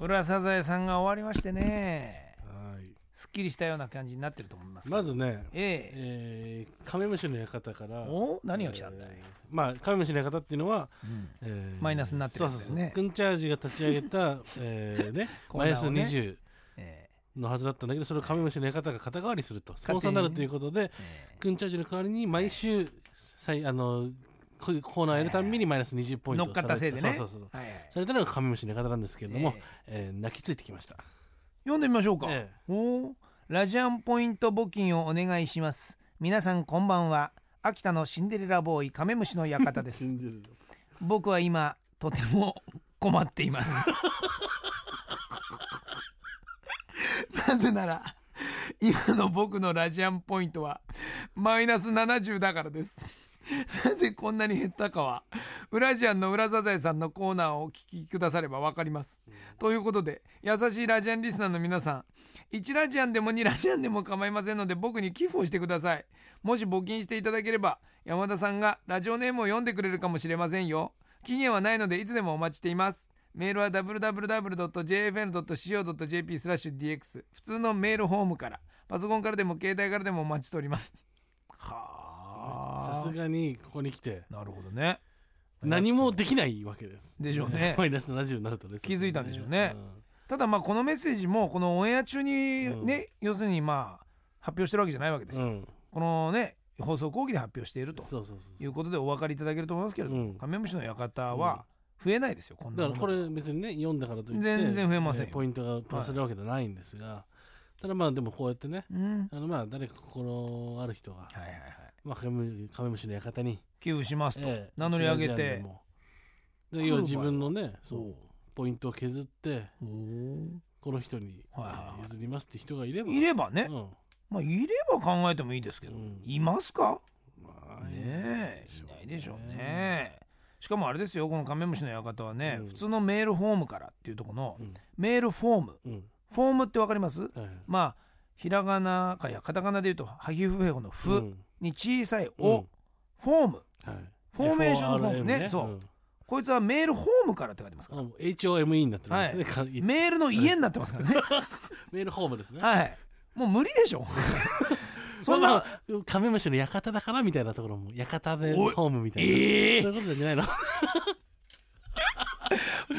俺はサザエさんが終わりましてねはいすっきりしたような感じになってると思いますけどまずね、えええー、カメムシの館からお何が来たんだいえーまあカメムシの館っていうのは、うんえーマイナスになってるんだよねそうそうそうくんチャージが立ち上 げた、えーね、コーマナイーナスをね20ええのはずだったんだけどそれをカメムシの館が肩代わりするとスポンサーになるということでええくんチャージの代わりに毎週さいあのこういうコーナーやるたんびにマイナス20ポイント乗っかったせいでねそうそうそうはいはいされたのがカメムシの館なんですけれども、えええー泣きついてきました読んでみましょうか、ええおーラジアンポイント募金をお願いします皆さんこんばんは秋田のシンデレラボーイカメムシの館です僕は今とても困っています なぜなら今の僕のラジアンポイントはマイナス70だからですなぜこんなに減ったかはウラジアンの裏サザエさんのコーナーをお聞きくださればわかりますということで優しいラジアンリスナーの皆さん1ラジアンでも2ラジアンでも構いませんので僕に寄付をしてくださいもし募金していただければ山田さんがラジオネームを読んでくれるかもしれませんよ期限はないのでいつでもお待ちしていますメールは www.jfn.co.jp スラッシュ DX 普通のメールホームからパソコンからでも携帯からでもお待ちしておりますはさすがにここに来てなるほどね何もできないわけですでしょうね マイナス70になるとね気づいたんでしょうねただまあこのメッセージもこのオンエア中にね、要するにまあ発表してるわけじゃないわけですうよ、ん、うんこのね放送後期で発表しているとそうそうそういうことでお分かりいただけると思いますけれど、うんカメムシの館は増えないですよこんなだもかのらこれ別にね読んだからといって全然増えませんよえーポイントがプラスされるわけじゃないんですが、ただまあでもこうやってねうんはいあのまあ誰か心ある人が、はいはいまあ、カメムカメムシの館に、寄付しますと、えー名乗り上げ一覧てでもで要は自分のねおそううポイントを削っておーこの人に、はいはいはいえー譲りますって人がいればいればね、うんまあいれば考えてもいいですけど、うんいますかまあねえいいなないいででししょょううねねしかもあれですよこのカメムシの館はね、うん普通のメールフォームからっていうところのうんメールフォームうんフォームってわかりますはいはいまあひらがなかいやカタカナで言うとハヒフヘホの「うフん」に小さい「うおん」フォームはいフォーメーションのフォームね FORM そうんこいつはメールホームからって書いてますかあもう HOME になってるんですね、からいメールの家になってます からねメールホームですね。はいもう無理で しょそんま なあまあカメムシの館だからみたいなところも館でおいホームみたいな、ええそういうことじゃないの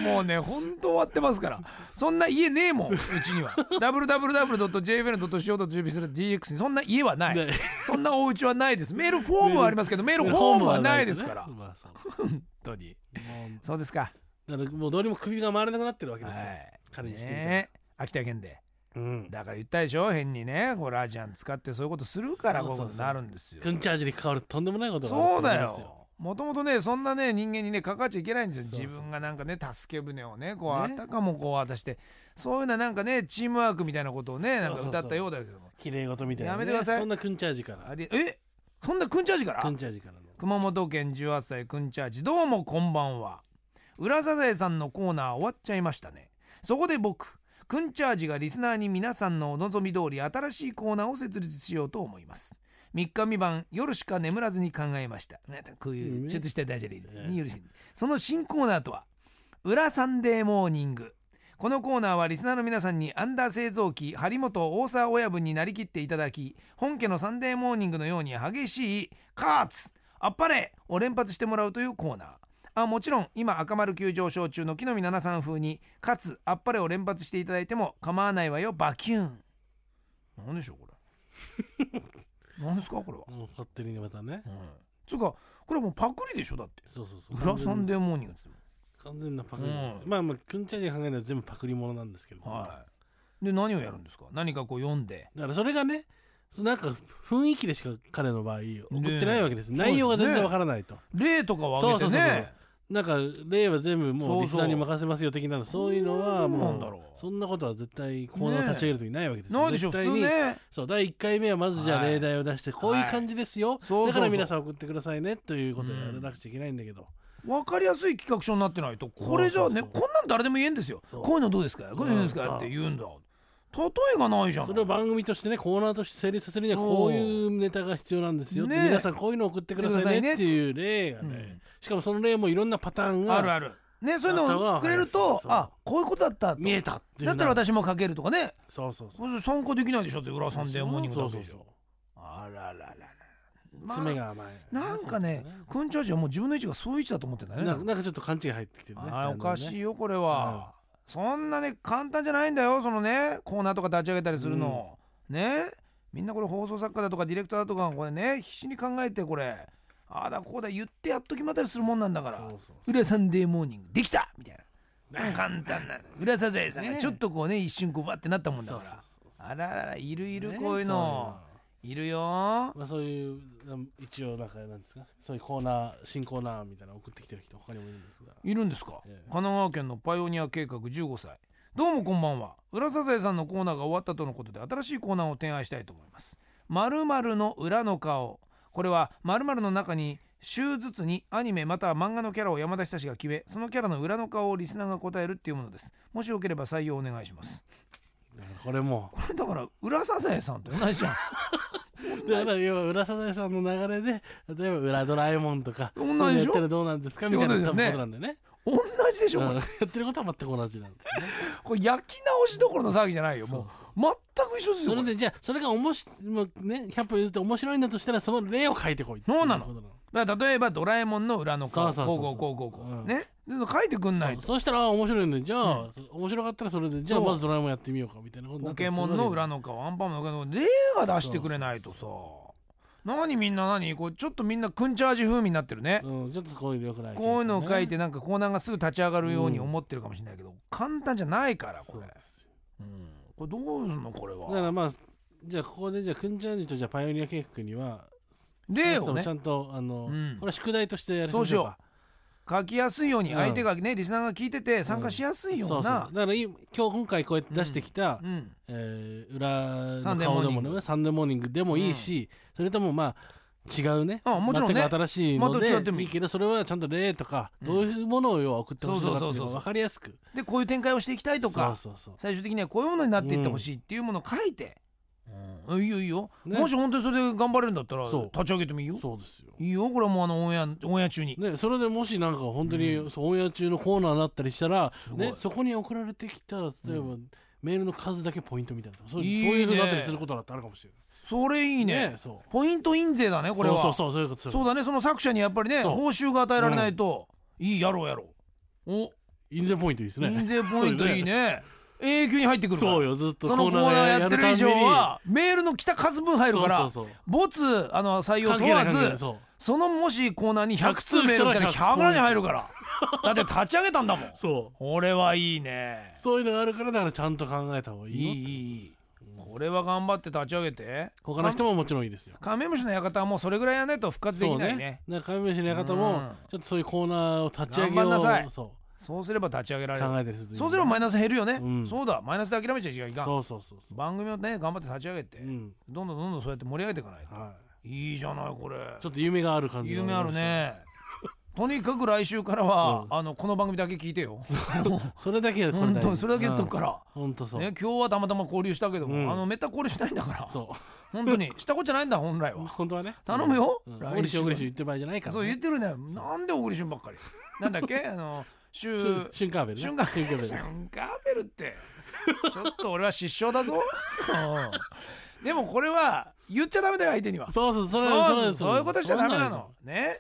もうねほんと終わってますからそんな家ねえもんうちには www.jfn.co.jp する DX にそんな家はないねそんなお家はないですメールフォームはありますけどメールホームはないです から本まあそう当にもそうですかうだからもうどうにも首が回らなくなってるわけですよ、はい彼にしてみたらねえ秋田県でうんだから言ったでしょ変にねこうラジアン使ってそういうことするからそこうういうそうそうことになるんですよくんチャージに関わるとんでもないことがそうだ起こりますよもともとねそんなね人間にね関わっちゃいけないんですよそうそうそう自分がなんかね助け舟をねこうあねたかもこう渡してそういうようななんかねチームワークみたいなことをねなんかそうそうそう歌ったようだけども綺麗事みたいな、ね、やめてくださいそんなくんチャージからありえそんなくんチャージかくらんチャージからの熊本県18歳くんチャージどうもこんばんは裏サザエさんのコーナー終わっちゃいましたねそこで僕くんチャージがリスナーに皆さんのお望み通り新しいコーナーを設立しようと思います3日未満夜しか眠らずに考えましたねこういうちょっとしたダジャレによるしその新コーナーとは裏サンデーモーニングこのコーナーはリスナーの皆さんにアンダー製造機張本大沢親分になりきっていただき本家のサンデーモーニングのように激しい「カーツあっぱれ!」を連発してもらうというコーナーあもちろん今赤丸急上昇中の木の実七三風に「カツあっぱれ!」を連発していただいても構わないわよバキューン何でしょうこ れ何ですかこれは、もう勝手にまたねうん、つうかこれもうパクリでしょだってそうそうそう裏サンデーモーニングっつっても完全なパクリです、うんまあまあくんチャージが考えるのは全部パクリものなんですけれども、はい。で何をやるんですか。何かこう読んで。だからそれがねそのなんか雰囲気でしか彼の場合送ってないわけです、ね内容が全そうです然ねわからないと、例とかを挙げてね。そうそうそうそうなんか例は全部もうそうリスそうナーに任せますよ的なそういうのはどうもなんだうろうそんなことは絶対コーナーを立ち上げる時にないわけですよないでしょ普絶通対にね。そう第1回目はまずじゃあはい例題を出してこういう感じですそうよ、そうそうだから皆さん送ってくださいねということをやらなくちゃいけないんだけど、わかりやすい企画書になってないとこれじゃあねそうそうこんなん誰でも言えんですよ。そうこういうのどうですか。こういうのどうですうんそかうって言うんだ。例えがないじゃん。それを番組としてねコーナーとして成立させるにはこういうネタが必要なんですよって、ねえ皆さんこういうの送ってくださいねっていう例がね、うんしかもその例もいろんなパターンがあるある。ねそういうのをくれるとそうあこういうことだったと見えたってだいうのっにたら私も書けるとかねそうそうそうそう参加できないでしょって裏サンデーモーニングだそとうそうそうあらららら、まあ爪が甘いなんかねそうくんちゃーじはもう自分の位置がそういう位置だと思ってんだそうねなんかなんかちょっと勘違い入ってきてるねあーおかしいいよこれは、そんなね簡単じゃないんだよそのねコーナーとか立ち上げたりするの、ねみんなこれ放送作家だとかディレクターだとかこれね必死に考えてこれああだこうだ言ってやっと決まったりするもんなんだからそうそう「裏サンデーモーニング」できたみたいな、ね簡単な裏サザエさんがねちょっとこうね一瞬こうわってなったもんだそうから、そうそうあらららいるいるねこういうの、いるよそういうのまあそういううん一応なんかなんですかそういうコーナー新コーナーみたいなの送ってきてる人他にもいるんですがいるんですか、ええ神奈川県のパイオニア計画15歳どうもこんばんは裏サザエさんのコーナーが終わったとのことで新しいコーナーを提案したいと思います〇〇の裏の顔これは〇〇の中に週ずつにアニメまたは漫画のキャラを山田久志が決めそのキャラの裏の顔をリスナーが答えるっていうものですもしよければ採用お願いしますこれもこれだから裏サザエさんと同じじゃん だから要は浦サさんの流れで例えば「裏ドラえもん」とか同そじうでいしょうのやったらどうなんですかみたいなってこと多ですよね分ことなんだよね同じでしょうこん れやってることは全く同じなんだよねこれ焼き直しどころの騒ぎじゃないよもう全く一緒ですよそこれれでじゃあそれがおもしもうね100歩譲って面白いんだとしたらその例を書いてこいそうなのっていことだから例えばドラえもんの裏の顔そうこそうこうそううこうこうこう、うんねで書いてくんないそうとそうしたらあ面白いんでじゃあ、面白かったらそれでじゃあそうまずドラえもんやってみようかみたいなことになポったケりするモわンけじゃんの裏の顔アンパンマンの裏の顔例が出してくれないとさそう何みんな何こうちょっとみんなくんちゃ味風味になってるね、うんちょっとこういうのよくないこういうのを書いててなんかコーナーがすぐ立ち上がるように思ってるかもしれないけど、簡単じゃないからこそうれですよう、ん、これどうすんのこれだからはまあじゃあここでじゃあくんちゃんじとじゃあパイオニア計画には例をねちゃんとあの、うんこれは宿題としてやるそうしよう書きやすいようにうん相手がね、リスナーが聞いてて参加しやすいよそううそうなだからい今日今回こうやって出してきた、うんえー裏サンのデーモー顔でニングもねサンデーモーニングでもいいし、それともまあ違うねあもちろんね全く新しいまのたで違ってもいいいいけどそれはちゃんと例とか、うんどういうものを要は送ってほしいのかっていうそうそうそうそうのが分かりやすくでこういう展開をしていきたいとかそうそう最終的にはこういうものになっていってほしいっていうものを書いて、うんいいよいいよ、ねもし本当にそれで頑張れるんだったら立そうち上げてもいいそうよそうですよ、いいよこれはもうあのオンエアオンエア中に、ね、それでもしなんか本当うにそうオンエア中のコーナーになったりしたら、すごいね、そこに送られてきた例えば、メールの数だけポイントみたいなとかそういいいねうそういうふうになったりすることだってあるかもしれないそれいいねそうポイント印税だねこれはそうそうそうそういうことそうだだねその作者にやっぱりねそう報酬が与えられないと、いいやろうやろうお印税ポイントいいです印ね税ポイントいいね永久に入ってくるからそうよずっとそのコーナーやってる以上はメールの来た数分入るからそうそうそうボツあの採用関問係なわい関係ないずそうそのもしコーナーに100 100通メール来たら来たら100ぐらいに入るからだって立ち上げたんだもんそうこれはいいねそういうのがあるからだからちゃんと考えた方がいいいいいよいいいこれは頑張って立ち上げて他の人ももちろんいいですよカメムシの館はもうそれぐらいやんないと復活でそきうないねそうねだから神主の館もうんちょっとそういうコーナーを立ち上げ頑張んなさいようそうすれば立ち上げられる考えたりするといいねそうすればマイナス減るよね、うんそうだマイナスで諦めちゃいけないいかんそうそうそうそ番組をね頑張って立ち上げて、ううんどんどんどんどんそうやって盛り上げていかないとはいいじゃないこれちょっと夢がある感じが夢ありるましたねとにかく来週からは、うんあのこの番組だけ聞いて よそれだけこれ本当にそれだけ言っとくらか本当そら、うね、今日はたまたま交流したけども、うんあのめった交流しないんだから そ本当にしたことじゃないんだ本来 うは本当はね頼むよう来ん週は小栗旬小栗旬言ってる場合じゃないからそう言っねてるねなんで小栗旬ばっかりなんだっけあの週シュンシュンカーベルね瞬間シュンカーベ シルャンカーベルってちょっと俺は失笑だぞうんでもこれは言っちゃダメだよ相手にはそうそうそれそうそうれそういうことしちゃダメなのそね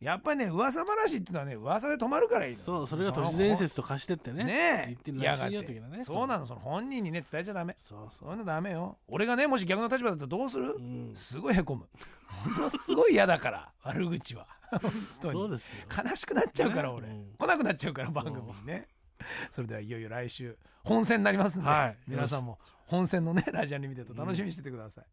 やっぱりね噂話っていうのはね噂で止まるからいいのそうそれが都市伝説と化してってねね言ってるやらがしいよて的なねそうなのその本人にね伝えちゃダメそうそそういうのダメよ俺がねもし逆の立場だったらどうするううんすごいへこむものすごい嫌だから悪口は本当にそうですよ悲しくなっちゃうからね俺、うん来なくなっちゃうから番組にねそれではいよいよ来週本戦になりますんで、はい皆さんも本戦のねラジアンリミテッド楽しみにしててください、